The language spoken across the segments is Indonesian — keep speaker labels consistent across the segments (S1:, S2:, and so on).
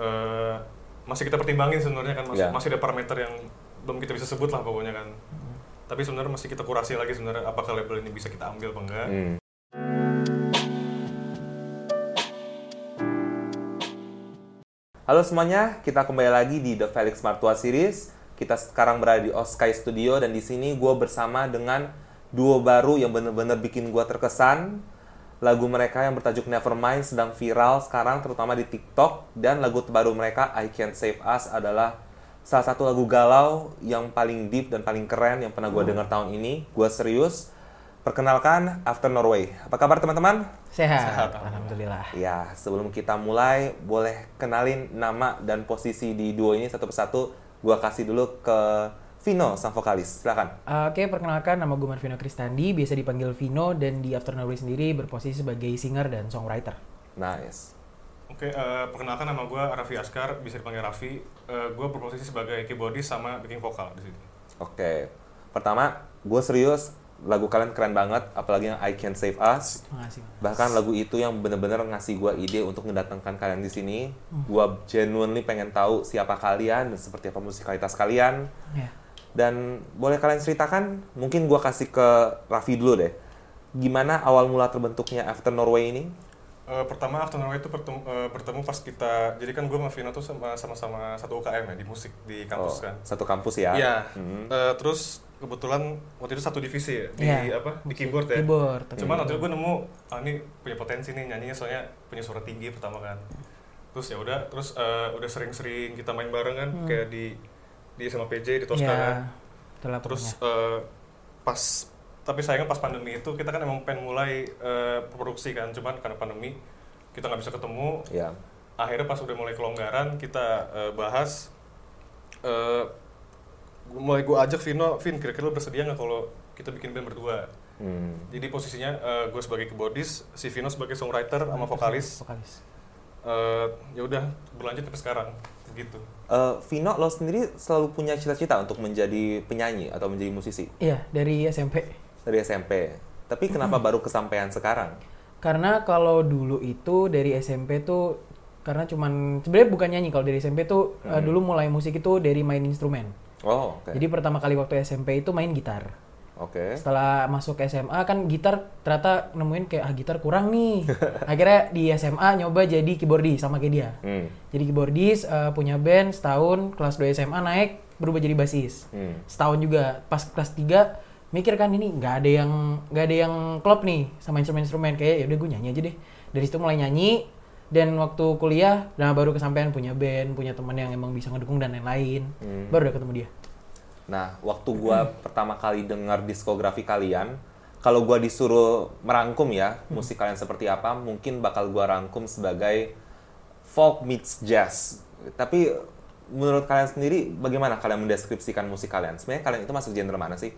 S1: eh, masih kita pertimbangin sebenarnya kan masih,
S2: Iya.
S1: masih ada parameter yang belum kita bisa sebut lah pokoknya kan. Tapi sebenarnya masih kita kurasi lagi sebenarnya apakah label ini bisa kita ambil apa enggak.
S2: Hmm. Halo semuanya, kita kembali lagi di The Felix Martua Series. Kita sekarang berada di Oskai Studio dan di sini gue bersama dengan duo baru yang bener-bener bikin gue terkesan. Lagu mereka yang bertajuk Nevermind sedang viral sekarang terutama di TikTok dan lagu terbaru mereka I Can't Save Us adalah salah satu lagu galau yang paling deep dan paling keren yang pernah gue dengar tahun ini. Gue serius. Perkenalkan After Norway. Apa kabar teman-teman?
S3: Sehat, alhamdulillah.
S2: Ya, sebelum kita mulai, boleh kenalin nama dan posisi di duo ini satu persatu. Gua kasih dulu ke Vino, sang vokalis. Silakan.
S3: Uh, Oke, perkenalkan nama gue Marvino Kristandi, biasa dipanggil Vino dan di After Nobody sendiri berposisi sebagai singer dan songwriter.
S2: Nice.
S1: Oke, eh, perkenalkan nama gue Raffi Askar, bisa dipanggil Raffi. gue berposisi sebagai keyboardis sama backing vokal di sini.
S2: Oke. Pertama, gue serius, lagu kalian keren banget, apalagi yang I Can Save Us.
S3: Makasih. Mas.
S2: Bahkan lagu itu yang bener-bener ngasih gua ide untuk mendatangkan kalian di sini. Gua genuinely pengen tahu siapa kalian dan seperti apa musikalitas kalian.
S3: Ya.
S2: Dan boleh kalian ceritakan, mungkin gua kasih ke Raffi dulu deh. Gimana awal mula terbentuknya After Norway ini?
S1: Eh, pertama After Norway itu bertemu, eh, bertemu pas kita, jadi kan gue sama Vino tuh sama- sama-sama satu UKM ya di musik di kampus
S2: Oh,
S1: kan.
S2: Satu kampus ya?
S1: Iya. Eh, terus kebetulan waktu itu satu divisi ya di
S3: Iya.
S1: apa di keyboard ya.
S3: Keyboard.
S1: Cuman waktu itu gue nemu ah, ini punya potensi nih nyanyinya soalnya punya suara tinggi pertama kan. Terus ya udah terus eh, udah sering-sering kita main bareng kan kayak di di sama PJ di Tosca kan.
S3: Ya, itulah
S1: Terus
S3: pokoknya.
S1: eh, pas tapi sayangnya pas pandemi itu kita kan emang pengen mulai eh, produksi kan cuman karena pandemi kita nggak bisa ketemu
S2: Iya.
S1: akhirnya pas udah mulai kelonggaran kita eh, bahas eh, gua- mulai gue ajak Vino Vin kira-kira lo bersedia nggak kalau kita bikin band berdua
S2: Hmm.
S1: jadi posisinya gue sebagai keyboardis si Vino sebagai songwriter sama vokalis
S3: Vokalis.
S1: Eh, ya udah berlanjut sampai sekarang gitu
S2: Eh, Vino, lo sendiri selalu punya cita-cita untuk menjadi penyanyi atau menjadi musisi
S3: Iya, dari SMP.
S2: dari SMP. Tapi kenapa baru kesampaian sekarang?
S3: Karena kalau dulu itu dari SMP tuh karena cuman sebenarnya bukan nyanyi kalau dari SMP tuh eh, dulu mulai musik itu dari main instrumen.
S2: Oh, oke.
S3: Jadi pertama kali waktu SMP itu main gitar.
S2: Oke.
S3: Setelah masuk ke SMA kan gitar ternyata nemuin kayak ah gitar kurang nih. Akhirnya di SMA nyoba jadi keyboardis sama kayak dia.
S2: Hmm.
S3: Jadi keyboardis eh, punya band setahun kelas 2 SMA naik berubah jadi bassist.
S2: Hmm.
S3: Setahun juga pas kelas 3 mikir kan ini nggak ada yang nggak ada yang klop nih sama instrumen-instrumen kayak ya udah gue nyanyi aja deh. Dari situ mulai nyanyi dan waktu kuliah nah baru kesampaian punya band, punya teman yang emang bisa ngedukung dan lain-lain.
S2: Hmm.
S3: Baru udah ketemu dia.
S2: Nah, waktu gua pertama kali dengar diskografi kalian, kalau gua disuruh merangkum ya, musik kalian seperti apa, mungkin bakal gua rangkum sebagai folk meets jazz. Tapi menurut kalian sendiri bagaimana kalian mendeskripsikan musik kalian? Sebenarnya kalian itu masuk genre mana sih?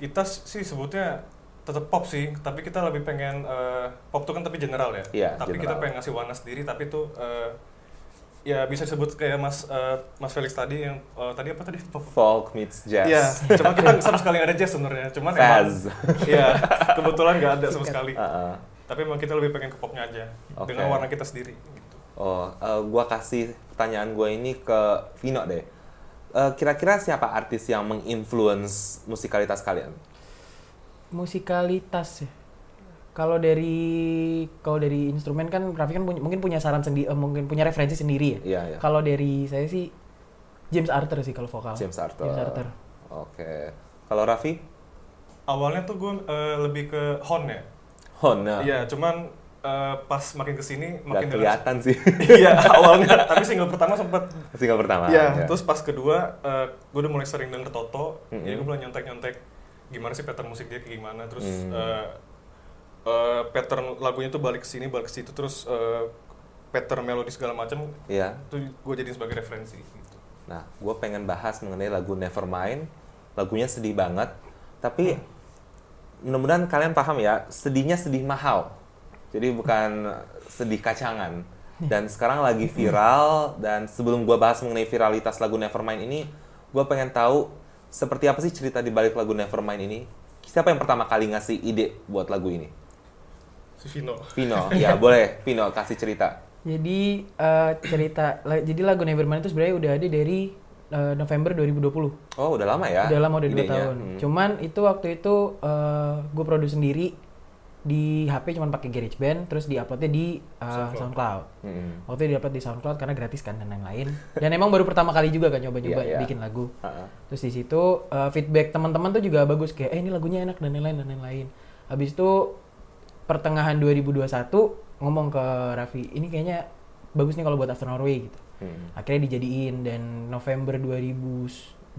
S1: kita sih sebutnya tetap pop sih tapi kita lebih pengen eh, pop tuh kan tapi general ya
S2: Iya,
S1: tapi kita
S2: general.
S1: pengen ngasih warna sendiri tapi tuh eh, ya bisa disebut kayak mas eh, mas Felix tadi yang eh, tadi apa tadi Pop-
S2: Folk meets jazz.
S1: Iya, cuma kita sama sekali nggak ada jazz sebenarnya. Cuman emang,
S2: Faz.
S1: iya, kebetulan nggak ada sama sekali.
S2: Heeh.
S1: Tapi emang kita lebih pengen ke popnya aja,
S2: Oke.
S1: dengan warna kita sendiri. Gitu.
S2: Oh, eh, gua kasih pertanyaan gua ini ke Vino deh. Eh, Kira-kira siapa artis yang menginfluence musikalitas kalian?
S3: musikalitas ya kalau dari kalau dari instrumen kan Raffi kan punya- mungkin punya saran sendiri mungkin punya referensi sendiri ya
S2: Iya, iya.
S3: kalau dari saya sih James Arthur sih kalau vokal
S2: James Arthur.
S3: Oh, James Arthur
S2: Oke. Kalau Raffi?
S1: Awalnya tuh gue eh, lebih ke horn ya.
S2: Oh, no.
S1: Iya, cuman eh, pas makin kesini
S2: Nggak
S1: makin deras.
S2: kelihatan sih.
S1: Iya, awalnya. Tapi single pertama sempet.
S2: Single pertama.
S1: Iya.
S2: ya.
S1: Terus pas kedua, gue udah mulai sering denger Toto. Jadi gue mulai nyontek-nyontek gimana sih pattern musik dia kayak gimana. Terus eh, eh, pattern lagunya tuh balik ke sini, balik ke situ. Terus eh, pattern melodi segala macam
S2: Iya.
S1: itu gue jadiin sebagai referensi gitu.
S2: Nah, gue pengen bahas mengenai lagu Nevermind. Lagunya sedih banget, tapi mudah-mudahan kalian paham ya, sedihnya sedih mahal. Jadi bukan sedih kacangan. Dan sekarang lagi viral, dan sebelum gue bahas mengenai viralitas lagu Nevermind ini, gue pengen tahu seperti apa sih cerita di balik lagu Nevermind ini. Siapa yang pertama kali ngasih ide buat lagu ini?
S1: Si Vino.
S2: Iya, Vino, ya boleh. Vino, kasih cerita.
S3: Jadi eh, cerita, la- jadi lagu Nevermind itu sebenarnya udah ada dari eh, November 2020.
S2: Oh, udah lama ya?
S3: Udah lama udah dua
S2: idenya.
S3: tahun.
S2: Hmm.
S3: Cuman itu waktu itu gue produksi sendiri di HP cuman pakai GarageBand terus diuploadnya di eh, SoundCloud.
S2: Hmm.
S3: Waktu itu diupload di SoundCloud karena gratis kan dan lain-lain. Dan emang baru pertama kali juga kan nyoba-nyoba
S2: Iya, iya.
S3: bikin lagu.
S2: Ha-ha.
S3: Terus di situ eh, feedback teman-teman tuh juga bagus kayak eh ini lagunya enak dan lain-lain dan lain-lain. Habis itu pertengahan 2021 ngomong ke Raffi, ini kayaknya bagus nih kalau buat After Norway gitu.
S2: Hmm.
S3: Akhirnya dijadiin dan November 2000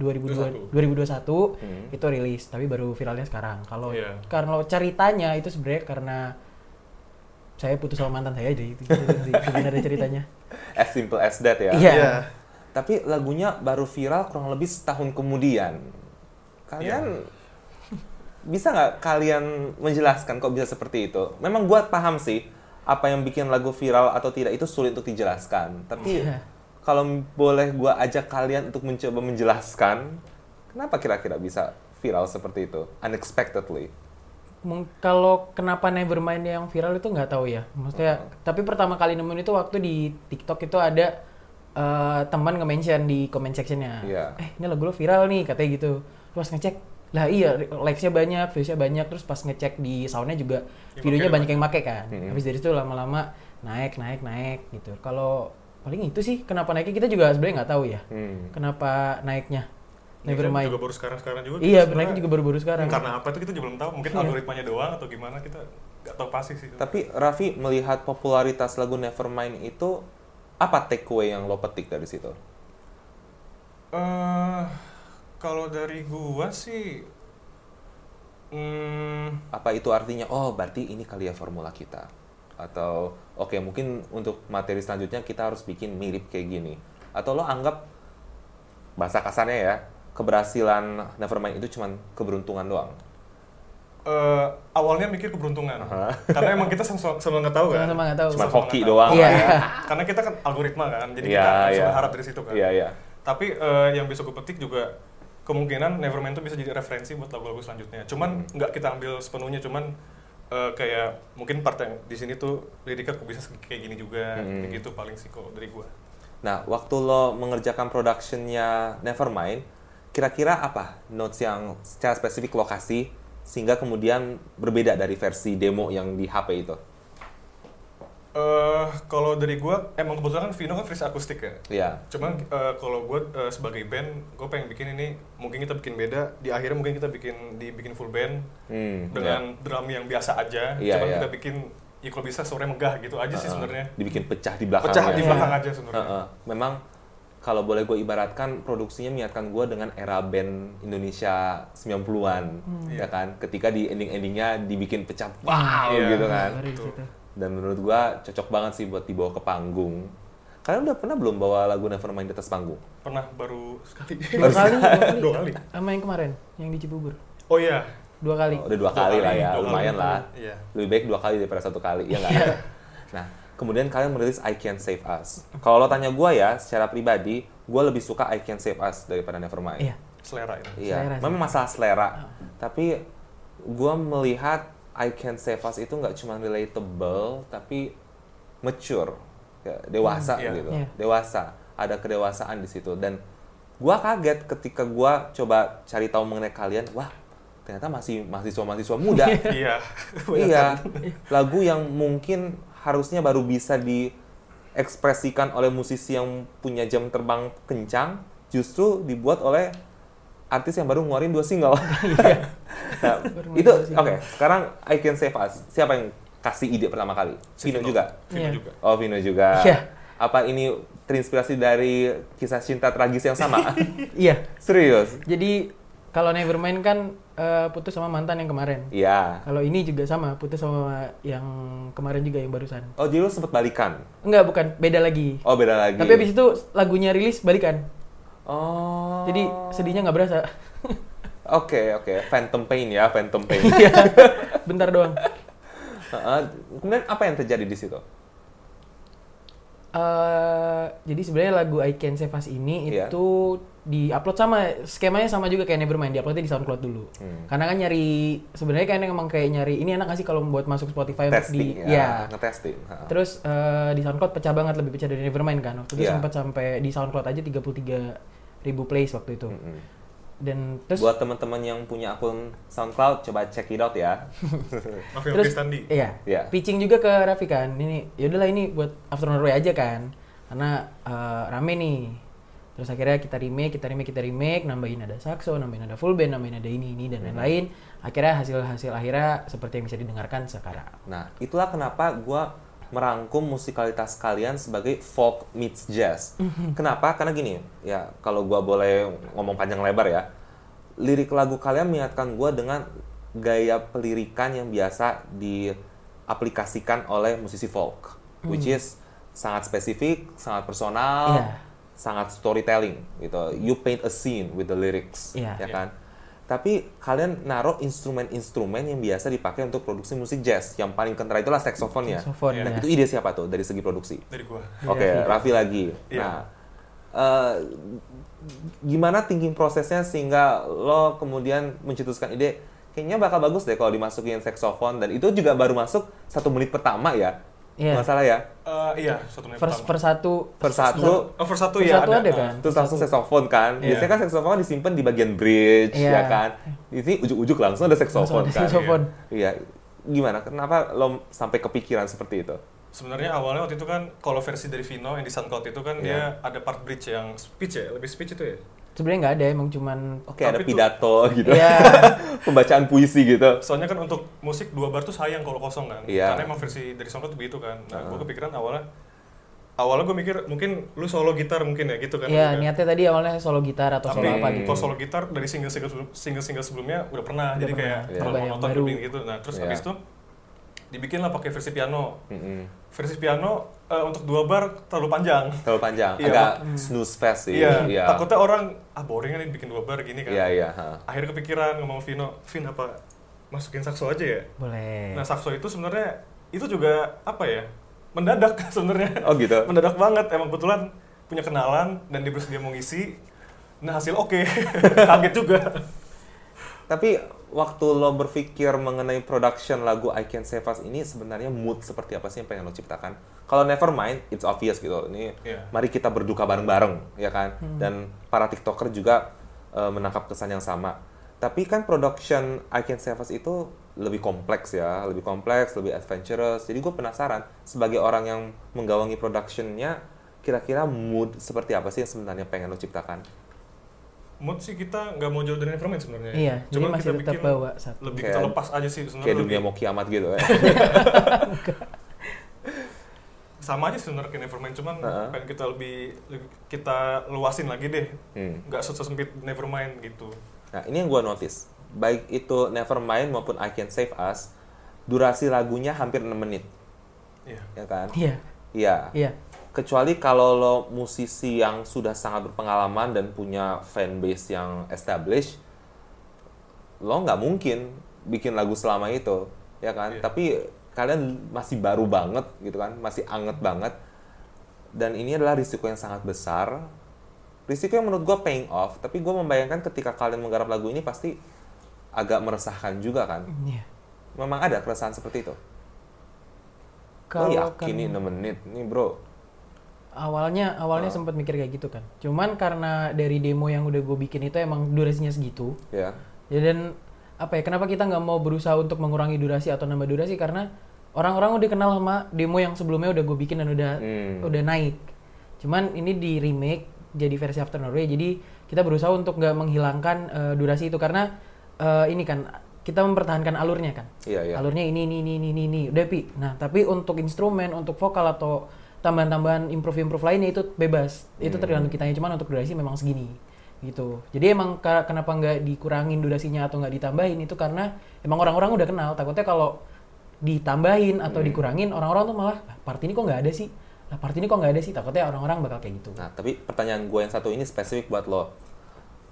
S3: 2002 2021
S2: Hmm.
S3: itu rilis tapi baru viralnya sekarang. Kalau
S1: Iya.
S3: karena ceritanya itu sebenarnya karena saya putus sama mantan saya jadi itu itu sih sebenarnya ceritanya.
S2: As simple as that ya.
S3: Iya.
S1: Iya.
S2: Tapi lagunya baru viral kurang lebih setahun kemudian.
S3: Iya.
S2: Kalian bisa nggak kalian menjelaskan kok bisa seperti itu? Memang gua paham sih apa yang bikin lagu viral atau tidak itu sulit untuk dijelaskan. Tapi
S3: Iya.
S2: kalau m- boleh gua ajak kalian untuk mencoba menjelaskan kenapa kira-kira bisa viral seperti itu unexpectedly.
S3: Mung- Kalau kenapa Nevermind yang viral itu nggak tahu ya. Maksudnya, tapi pertama kali nemuin itu waktu di TikTok itu ada eh, teman nge-mention di comment sectionnya.
S2: Iya.
S3: Eh, ini lagu lo viral nih, katanya gitu. Terus pas ngecek, lah iya, likes-nya banyak, views-nya banyak. Terus pas ngecek di soundnya juga
S1: Yang
S3: videonya
S1: pakai
S3: banyak yang make kan. Habis dari itu lama-lama naik, naik, naik gitu. Kalau paling itu sih kenapa naiknya kita juga sebenarnya nggak tahu ya.
S2: Hmm.
S3: Kenapa naiknya
S1: Ini
S3: Nevermind?
S1: Iya, kan Juga baru sekarang-sekarang juga.
S3: Iya,
S1: kita
S3: naiknya juga baru-baru sekarang.
S1: Karena apa itu kita juga belum tahu. Mungkin
S3: Iya.
S1: algoritmanya doang atau gimana kita nggak tahu pasti sih.
S2: Tapi Raffi melihat popularitas lagu Nevermind itu apa takeaway yang lo petik dari situ?
S1: eh kalau dari gua sih, hmm,
S2: Apa itu artinya oh berarti ini kali ya formula kita? Atau oke mungkin untuk materi selanjutnya kita harus bikin mirip kayak gini? Atau lo anggap bahasa kasarnya ya keberhasilan Nevermind itu cuman keberuntungan doang?
S1: eh, awalnya mikir keberuntungan. Karena emang kita sama sama nggak tahu kan.
S3: Sama-sama nggak tahu.
S2: Cuma
S1: Sama-sama
S2: hoki
S1: nggak tahu.
S2: doang.
S3: Iya.
S2: lah ya.
S1: Karena kita kan algoritma kan, jadi
S2: Iya,
S1: kita harus
S2: iya.
S1: berharap dari situ kan.
S2: Iya iya.
S1: Tapi eh, yang bisa gue petik juga kemungkinan Nevermind itu bisa jadi referensi buat lagu-lagu selanjutnya. Cuman
S2: Hmm.
S1: nggak kita ambil sepenuhnya, cuman eh, kayak mungkin part yang di sini tuh liriknya kok bisa se- kayak gini juga,
S2: Hmm.
S1: kayak gitu paling sih kalau dari gua.
S2: Nah, waktu lo mengerjakan productionnya Nevermind, kira-kira apa notes yang secara spesifik lokasi sehingga kemudian berbeda dari versi demo yang di HP itu?
S1: Eh kalau dari gua emang kebetulan kan Vino kan freeze akustik ya.
S2: Ya.
S1: Cuman eh, kalau gue sebagai band, gue pengen bikin ini mungkin kita bikin beda. Di akhirnya mungkin kita bikin dibikin full band
S2: Hmm, ya.
S1: dengan drum yang biasa aja.
S2: Iya,
S1: cuman
S2: iya.
S1: kita bikin ya kalau bisa suaranya megah gitu aja sih
S2: Uh-uh.
S1: sebenarnya.
S2: Dibikin pecah di belakang.
S1: Pecah
S2: ya.
S1: di belakang aja sebenarnya.
S2: Uh-uh. Memang kalau boleh gue ibaratkan produksinya mengingatkan gue dengan era band Indonesia 90-an,
S1: Hmm.
S2: ya kan? Ketika di ending-endingnya dibikin pecah wow
S1: Iya.
S2: gitu kan.
S3: Baru di
S1: Betul.
S3: situ.
S2: Dan menurut gua cocok banget sih buat dibawa ke panggung. Kalian udah pernah belum bawa lagu Nevermind di atas panggung?
S1: Pernah baru sekali.
S3: Dua kali, dua kali.
S1: Dua kali.
S3: Sama yang kemarin, yang di Cibubur.
S1: Oh iya.
S3: Dua kali.
S2: Oh, udah dua
S1: Dua
S2: kali
S1: kali,
S2: lah ya,
S1: dua kali.
S2: lumayan lah.
S1: Iya.
S2: Lebih baik dua kali daripada satu kali, ya nggak? nah, kemudian kalian merilis I Can Save Us. Kalau lo tanya gua ya, secara pribadi, gua lebih suka I Can Save Us daripada Nevermind.
S3: Iya.
S1: Selera ini.
S2: Iya,
S3: Selera sih. Ah.
S2: memang masalah selera. Tapi gua melihat I Can Save Us itu nggak cuma relatable, tapi mature, Ya, dewasa
S1: Hmm, iya.
S2: gitu,
S3: Iya.
S2: dewasa. Ada kedewasaan di situ dan gua kaget ketika gua coba cari tahu mengenai kalian, wah ternyata masih mahasiswa-mahasiswa muda.
S1: iya. Banyak
S2: iya, lagu yang mungkin harusnya baru bisa diekspresikan oleh musisi yang punya jam terbang kencang, justru dibuat oleh artis yang baru ngeluarin dua single. nah,
S3: Iya. Baru ngeluarin
S2: itu
S3: dua
S2: oke.
S3: single.
S2: Sekarang I Can Save Us. Siapa yang kasih ide pertama kali?
S1: Si
S2: Vino
S1: Vino.
S2: juga.
S1: Vino
S3: Iya.
S1: juga.
S2: Oh, Vino juga.
S3: Iya.
S2: Apa ini terinspirasi dari kisah cinta tragis yang sama?
S3: Iya.
S2: Serius?
S3: Jadi kalau Nevermind kan eh, putus sama mantan yang kemarin.
S2: Iya.
S3: Kalau ini juga sama, putus sama yang kemarin juga yang barusan.
S2: Oh, jadi lu sempat balikan.
S3: Enggak, bukan, beda lagi.
S2: Oh, beda lagi.
S3: Tapi habis itu lagunya rilis balikan.
S2: Oh.
S3: Jadi sedihnya nggak berasa.
S2: Oke oke, phantom pain ya, phantom pain.
S3: Iya. Bentar doang.
S2: Heeh. kemudian apa yang terjadi di situ?
S3: Eh, jadi sebenarnya lagu I Can Save Us ini
S2: Iya.
S3: itu diupload sama skemanya sama juga kayak Nevermind diuploadnya di SoundCloud dulu.
S2: Hmm.
S3: Karena kan nyari sebenarnya kayaknya emang kayak nyari ini enak gak sih kalau buat masuk Spotify untuk
S2: testing
S3: di
S2: ya,
S3: ya.
S2: ngetesting. Ha.
S3: Terus eh, di SoundCloud pecah banget lebih pecah dari Nevermind kan. Waktu itu
S2: Iya.
S3: sempat sampai di SoundCloud aja 33 ribu plays waktu itu.
S2: Mm-mm.
S3: Dan terus
S2: Hmm. Buat teman-teman yang punya akun SoundCloud, coba check it out ya.
S1: Maafin
S3: Terus-
S1: Kristandi.
S3: Iya.
S2: Iya.
S3: Pitching juga ke Raffi kan. Ini yaudahlah ini buat Afternoon Roy aja kan. Karena eh, rame nih. Terus akhirnya kita remake, kita remake, kita remake, nambahin ada saxo, nambahin ada full band, nambahin ada ini, ini, dan lain-lain. Akhirnya hasil-hasil akhirnya seperti yang bisa didengarkan sekarang.
S2: Nah, itulah kenapa gua merangkum musikalitas kalian sebagai folk meets jazz. Kenapa? Karena gini, ya kalau gua boleh ngomong panjang lebar ya, lirik lagu kalian mengingatkan gua dengan gaya pelirikan yang biasa diaplikasikan oleh musisi folk, which is sangat spesifik, sangat personal,
S3: Iya.
S2: sangat storytelling gitu. You paint a scene with the lyrics,
S3: Iya.
S2: ya kan? Tapi kalian naruh instrumen-instrumen yang biasa dipakai untuk produksi musik jazz. Yang paling kentara itulah saxophone ya.
S3: Saxophone,
S2: Nah,
S3: iya.
S2: itu ide siapa tuh dari segi produksi?
S1: Dari gua.
S2: Oke, Raffi lagi.
S1: Iya.
S2: Nah, eh, gimana thinking prosesnya sehingga lo kemudian mencetuskan ide kayaknya bakal bagus deh kalau dimasukin saxophone dan itu juga baru masuk satu menit pertama ya.
S3: Iya.
S2: Nggak salah ya.
S1: Eh, iya, satu menit
S3: First,
S1: pertama.
S3: first satu,
S2: Per satu
S1: Oh, first satu
S3: first
S1: ya
S3: satu ada, kan?
S2: terus langsung saxophone kan.
S1: Iya.
S2: Biasanya kan saxophone disimpan di bagian bridge ya
S3: Iya.
S2: kan. Di sini ujuk-ujuk langsung ada
S3: Langsung
S2: saxophone
S3: ada
S2: kan.
S3: saxophone.
S2: Iya, gimana? Kenapa lo sampai kepikiran seperti itu?
S1: Sebenarnya awalnya waktu itu kan kalau versi dari Vino yang di SoundCloud itu
S2: Iya.
S1: kan dia ada part bridge yang speech ya, lebih speech itu ya.
S3: Sebenarnya nggak ada, emang cuman...
S2: Oke,
S1: Tapi
S2: ada
S1: itu-
S2: pidato gitu,
S3: Iya.
S2: pembacaan puisi gitu.
S1: Soalnya kan untuk musik dua bar tuh sayang kalau kosong kan.
S2: Iya.
S1: Karena emang versi dari SoundCloud tuh begitu kan. Nah, gua kepikiran awalnya awalnya gue mikir mungkin lu solo gitar mungkin ya gitu kan.
S3: Iya,
S1: Juga.
S3: niatnya tadi awalnya solo gitar atau
S1: tapi
S3: solo apa gitu.
S1: kalau solo gitar dari single single single single sebelumnya udah pernah
S3: Udah
S1: jadi
S3: pernah.
S1: kayak
S3: Iya.
S1: terlalu
S3: Coba yang
S1: monoton
S3: baru.
S1: dubbing gitu nah terus
S2: Iya.
S1: habis itu dibikin lah pakai versi piano
S2: Mm-mm.
S1: versi piano eh, untuk dua bar terlalu panjang
S2: Terlalu panjang,
S1: Iya,
S2: agak
S3: Mm.
S2: snooze fest sih.
S1: iya takutnya orang ah boring kan ini bikin dua bar gini kan
S2: Iya, iya. ha.
S1: akhirnya kepikiran ngomong Vino Vin apa masukin sakso aja ya
S3: Boleh.
S1: nah sakso itu sebenarnya itu juga apa ya mendadak sebenarnya
S2: Oh gitu.
S1: mendadak banget emang kebetulan punya kenalan dan dia bersedia mau ngisi nah hasil oke kaget juga
S2: Tapi waktu lo berpikir mengenai production lagu I Can Save Us ini sebenarnya mood seperti apa sih yang pengen lo ciptakan? Kalau Nevermind, it's obvious gitu. Ini
S1: Iya.
S2: mari kita berduka bareng-bareng, ya kan? Dan para TikToker juga eh, menangkap kesan yang sama. Tapi kan production I Can Save Us itu lebih kompleks ya, lebih kompleks, lebih adventurous. Jadi gue penasaran sebagai orang yang menggawangi productionnya, kira-kira mood seperti apa sih yang sebenarnya pengen lo ciptakan?
S1: mood sih kita nggak mau jauh dari Nevermind sebenarnya.
S3: Iya, jadi
S1: Cuma
S3: masih
S1: kita
S3: tetap
S1: bikin
S3: bawa satu.
S1: Lebih
S2: Kayak-
S1: kita lepas aja sih sebenarnya.
S2: Kayak dunia
S1: lebih-
S2: mau kiamat gitu ya.
S1: Sama aja sih sebenarnya kayak Nevermind, cuman
S2: Heeh.
S1: pengen kita lebih, lebih- kita luasin lagi deh.
S2: Hmm.
S1: Nggak sesempit Nevermind gitu.
S2: Nah, ini yang gue notice. Baik itu Nevermind maupun I Can Save Us, durasi lagunya hampir 6 menit,
S1: Iya.
S2: ya kan?
S3: Iya,
S2: Iya.
S3: iya.
S2: Kecuali kalau lo musisi yang sudah sangat berpengalaman dan punya fanbase yang established, lo nggak mungkin bikin lagu selama itu, ya kan?
S1: Iya.
S2: Tapi kalian masih baru banget gitu kan, masih anget banget. Dan ini adalah risiko yang sangat besar. Risiko yang menurut gue paying off, tapi gue membayangkan ketika kalian menggarap lagu ini pasti agak meresahkan juga kan.
S3: Iya.
S2: Memang ada keresahan seperti itu. Lo
S3: Kalau
S2: yakin
S3: kan
S2: nih 6 menit nih bro?
S3: awalnya awalnya sempat mikir kayak gitu kan. Cuman karena dari demo yang udah gue bikin itu emang durasinya segitu.
S2: Ya.
S3: Ya dan apa ya? Kenapa kita nggak mau berusaha untuk mengurangi durasi atau nambah durasi? Karena orang-orang udah kenal sama demo yang sebelumnya udah gue bikin dan udah
S2: Hmm.
S3: udah naik. Cuman ini di remake jadi versi After Norway. Jadi kita berusaha untuk nggak menghilangkan eh, durasi itu karena eh, ini kan kita mempertahankan alurnya kan.
S2: Iya, iya.
S3: Alurnya ini ini ini ini ini, ini udah pi. Nah tapi untuk instrumen, untuk vokal atau tambahan-tambahan improve-improve lainnya itu bebas.
S2: Hmm.
S3: Itu tergantung kitanya. Cuman untuk durasi memang segini gitu. Jadi emang ka- kenapa nggak dikurangin durasinya atau nggak ditambahin itu karena emang orang-orang udah kenal. Takutnya kalau ditambahin atau
S2: Hmm.
S3: dikurangin orang-orang tuh malah "Ah, part ini kok nggak ada sih lah part ini kok nggak ada sih takutnya orang-orang bakal kayak gitu
S2: Nah, tapi pertanyaan gue yang satu ini spesifik buat lo.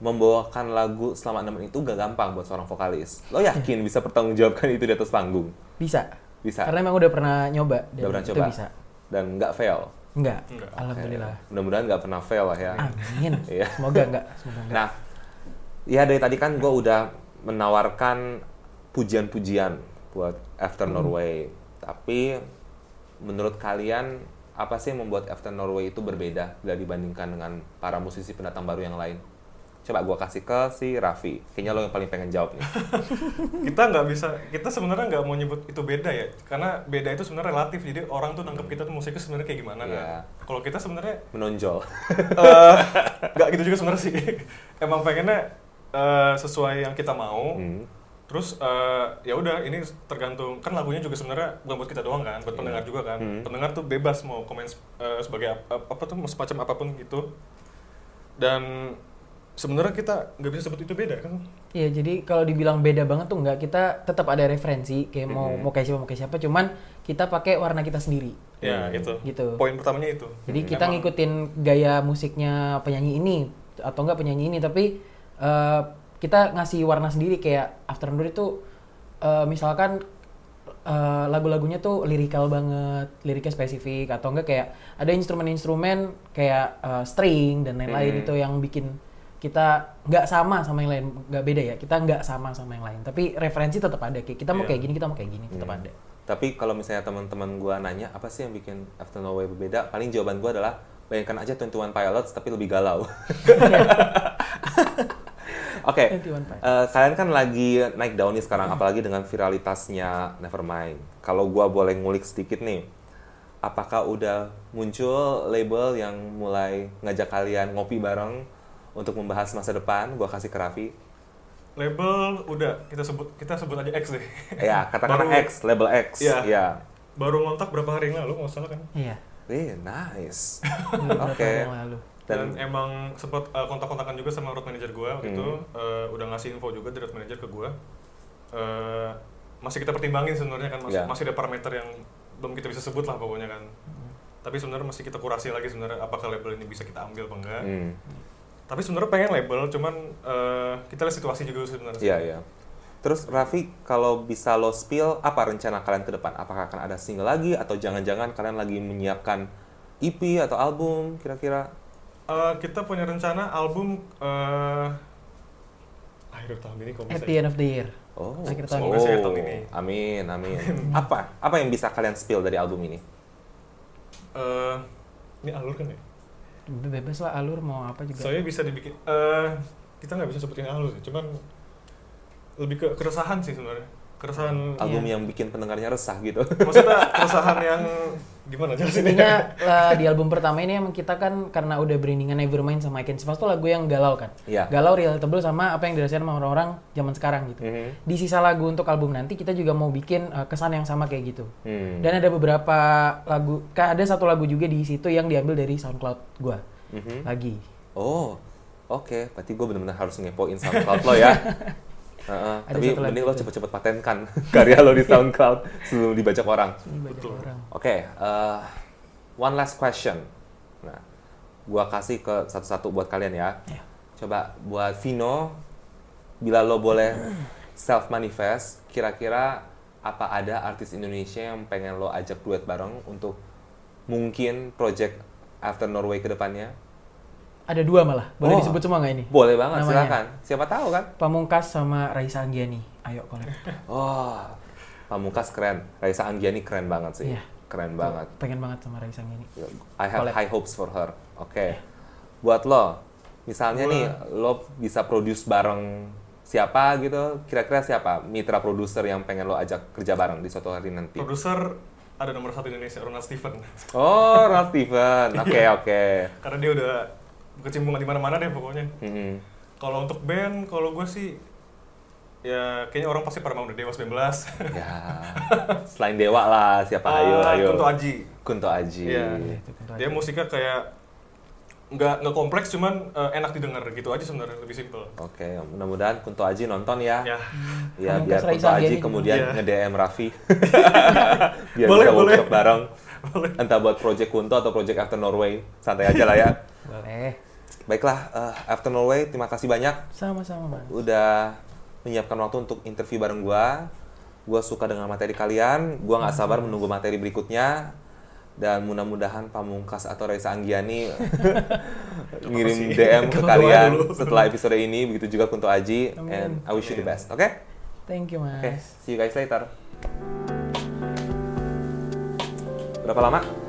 S2: Membawakan lagu selama 6 menit itu gak gampang buat seorang vokalis. Lo yakin bisa pertanggungjawabkan itu di atas panggung?
S3: bisa
S2: Bisa.
S3: karena emang udah pernah nyoba dan
S2: Udah pernah
S3: itu
S2: coba?
S3: bisa
S2: Dan nggak fail.
S3: Enggak.
S1: Enggak.
S3: Alhamdulillah.
S2: Mudah-mudahan nggak pernah fail lah ya.
S3: Amin.
S2: Iya.
S3: Semoga enggak. Semoga enggak.
S2: Nah, ya dari tadi kan gue udah menawarkan pujian-pujian buat After Norway. Tapi menurut kalian apa sih yang membuat After Norway itu berbeda dari dibandingkan dengan para musisi pendatang baru yang lain? Coba gue kasih ke si Raffi. Kayaknya lo yang paling pengen jawab nih.
S1: kita nggak bisa kita sebenarnya nggak mau nyebut itu beda ya karena beda itu sebenarnya relatif jadi orang tuh nangkep kita tuh musiknya sebenarnya kayak gimana
S2: Iya.
S1: kan kalau kita sebenarnya
S2: Menonjol.
S1: eh, nggak gitu juga sebenarnya sih emang pengennya eh, sesuai yang kita mau
S2: Hmm.
S1: terus eh, ya udah ini tergantung kan lagunya juga sebenarnya bukan buat kita doang kan buat pendengar juga kan pendengar tuh bebas mau komen eh, sebagai apa, apa tuh mau semacam apapun gitu dan sebenarnya kita nggak bisa sebut itu beda kan
S3: Iya, jadi kalau dibilang beda banget tuh enggak. Kita tetap ada referensi kayak mau mau kayak siapa mau kayak siapa, cuman kita pakai warna kita sendiri.
S1: ya itu
S3: Gitu.
S1: poin pertamanya itu
S3: Jadi kita
S1: Emang-
S3: ngikutin gaya musiknya penyanyi ini atau enggak penyanyi ini, tapi eh, kita ngasih warna sendiri kayak Afternoon itu eh, misalkan eh, lagu-lagunya tuh lirikal banget, liriknya spesifik atau enggak kayak ada instrumen-instrumen kayak eh, string dan lain-lain itu yang bikin kita nggak sama sama yang lain, nggak beda ya. Kita nggak sama sama yang lain, tapi referensi tetap ada. Kayak kita mau
S1: Iya.
S3: kayak gini, kita mau kayak gini,
S2: Iya.
S3: tetap ada.
S2: Hmm. Tapi kalau misalnya teman-teman gue nanya apa sih yang bikin After Norway berbeda, paling jawaban gue adalah bayangkan aja 21 Pilots tapi lebih galau. Oke,
S3: 21 Pilots. Hmm.
S2: eh, kalian kan lagi naik daun nih sekarang, apalagi dengan viralitasnya Nevermind. Kalau gue boleh ngulik sedikit nih, apakah udah muncul label yang mulai ngajak kalian ngopi bareng untuk membahas masa depan? Gue kasih ke Raffi.
S1: label udah kita sebut kita sebut aja X deh
S2: Ya, katakanlah
S1: Baru-
S2: X, label X.
S1: Iya.
S2: Ya.
S1: baru ngontak berapa hari yang lalu nggak salah kan
S3: Iya.
S2: Eh, nice.
S3: beberapa
S2: Oke.
S3: hari yang lalu.
S1: dan,
S2: Dan
S1: emang sempat uh, kontak-kontakan juga sama road manager gue waktu itu
S2: Hmm.
S1: Uh, udah ngasih info juga dari road manager ke gue Uh, masih kita pertimbangin sebenarnya kan masih,
S2: Ya.
S1: masih ada parameter yang belum kita bisa sebut lah pokoknya kan tapi sebenarnya masih kita kurasi lagi sebenarnya apakah label ini bisa kita ambil apa enggak
S2: Hmm,
S1: tapi sebenarnya pengen label cuman uh, kita lihat situasi juga sebenarnya
S2: iya iya. Terus Raffi, kalau bisa lo spill, apa rencana kalian ke depan? Apakah akan ada single lagi atau jangan-jangan kalian lagi menyiapkan EP atau album kira-kira?
S1: Uh, kita punya rencana album uh, akhir tahun ini kok
S3: At
S1: bisa ya?
S3: the end of the year.
S2: Oh,
S3: Akhir tahun
S1: Semoga sih akhir tahun ini.
S2: Amin, amin. apa? Apa yang bisa kalian spill dari album ini?
S1: Eh, ini alur kan ya?
S3: Be- bebas lah alur mau apa juga
S1: Soalnya bisa dibikin, eh kita nggak bisa sebutin alur sih, cuman lebih ke keresahan sih sebenarnya. Keresahan,
S3: Iya.
S2: Album yang bikin pendengarnya resah gitu.
S1: maksudnya keresahan yang gimana
S2: Iya.
S1: jelasinnya?
S3: intinya lah, di album pertama ini emang kita kan karena udah brandingan Nevermind sama I Can See Past tuh lagu yang galau kan
S2: Iya.
S3: galau relatable sama apa yang dirasain sama orang-orang zaman sekarang gitu
S2: Mhm.
S3: di sisa lagu untuk album nanti kita juga mau bikin eh, kesan yang sama kayak gitu
S2: Hmm.
S3: dan ada beberapa lagu ka- ada satu lagu juga di situ yang diambil dari SoundCloud gua
S2: Mhm.
S3: lagi
S2: Oh, oke. Berarti gue bener-bener harus ngepoin SoundCloud lo ya. Heeh,
S3: Ada
S2: tapi
S3: satu lagi
S2: mending lo
S3: itu.
S2: cepet-cepet patenkan karya lo di SoundCloud sebelum dibajak orang.
S3: ini banyak orang
S2: Oke, eh, one last question. Nah, gua kasih ke satu-satu buat kalian ya.
S3: Iya.
S2: Coba buat Vino, bila lo boleh self manifest, kira-kira apa ada artis Indonesia yang pengen lo ajak duet bareng untuk mungkin project After Norway ke depannya?
S3: ada dua malah
S2: Oh.
S3: boleh disebut semua nggak ini
S2: Boleh banget,
S3: Namanya?
S2: silakan. Siapa tahu kan?
S3: Pamungkas sama Raisa Anggiani ayo collab
S2: Oh, Pamungkas keren. Raisa Anggiani keren banget sih.
S3: Iya.
S2: Keren banget.
S3: pengen banget sama Raisa Anggiani
S2: I have
S3: Collab.
S2: high hopes for her. Oke. Buat lo, misalnya
S1: Iya. Gua-
S2: nih lo bisa produce bareng siapa gitu? Kira-kira siapa mitra produser yang pengen lo ajak kerja bareng di suatu hari nanti?
S1: Oh. Produser ada nomor satu Indonesia, Ronald Steven.
S2: Oh, Ralph Steven. Oke,
S1: Iya.
S2: oke.
S1: Karena dia udah berkecimpung di mana-mana deh pokoknya.
S2: Mm-mm.
S1: Kalau untuk band, kalau gue sih ya kayaknya orang pasti pernah mau udah Dewa 19.
S2: Ya. Selain Dewa lah, siapa ayo
S1: Ah,
S2: ayo.
S1: Kunto Aji.
S2: Kunto Aji.
S1: Iya.
S3: Itu kan
S1: Dia musiknya kayak nggak nggak kompleks cuman eh, enak didengar gitu aja sebenarnya lebih simple.
S2: Oke, mudah-mudahan Kunto Aji nonton ya.
S1: Ya.
S2: Ya, biar
S3: Pamungkas Raisa
S2: Kunto Aji
S3: Andiani.
S2: kemudian
S1: Iya.
S2: nge-DM Raffi. biar
S1: Boleh,
S2: bisa
S1: boleh.
S2: workshop bareng. Entah buat project Kunto atau project After Norway. Santai aja lah ya.
S3: Boleh.
S2: Baiklah, eh, After Norway, terima kasih banyak
S3: Sama-sama, Mas.
S2: udah menyiapkan waktu untuk interview bareng gua. Gua suka dengan materi kalian. Gua nggak sabar menunggu materi berikutnya. dan mudah-mudahan Pamungkas atau Reza Anggiani ngirim DM ke kalian setelah episode ini begitu juga Kunto Aji and I wish you the best oke
S3: Thank you, Mas.
S2: oke see you guys later berapa lama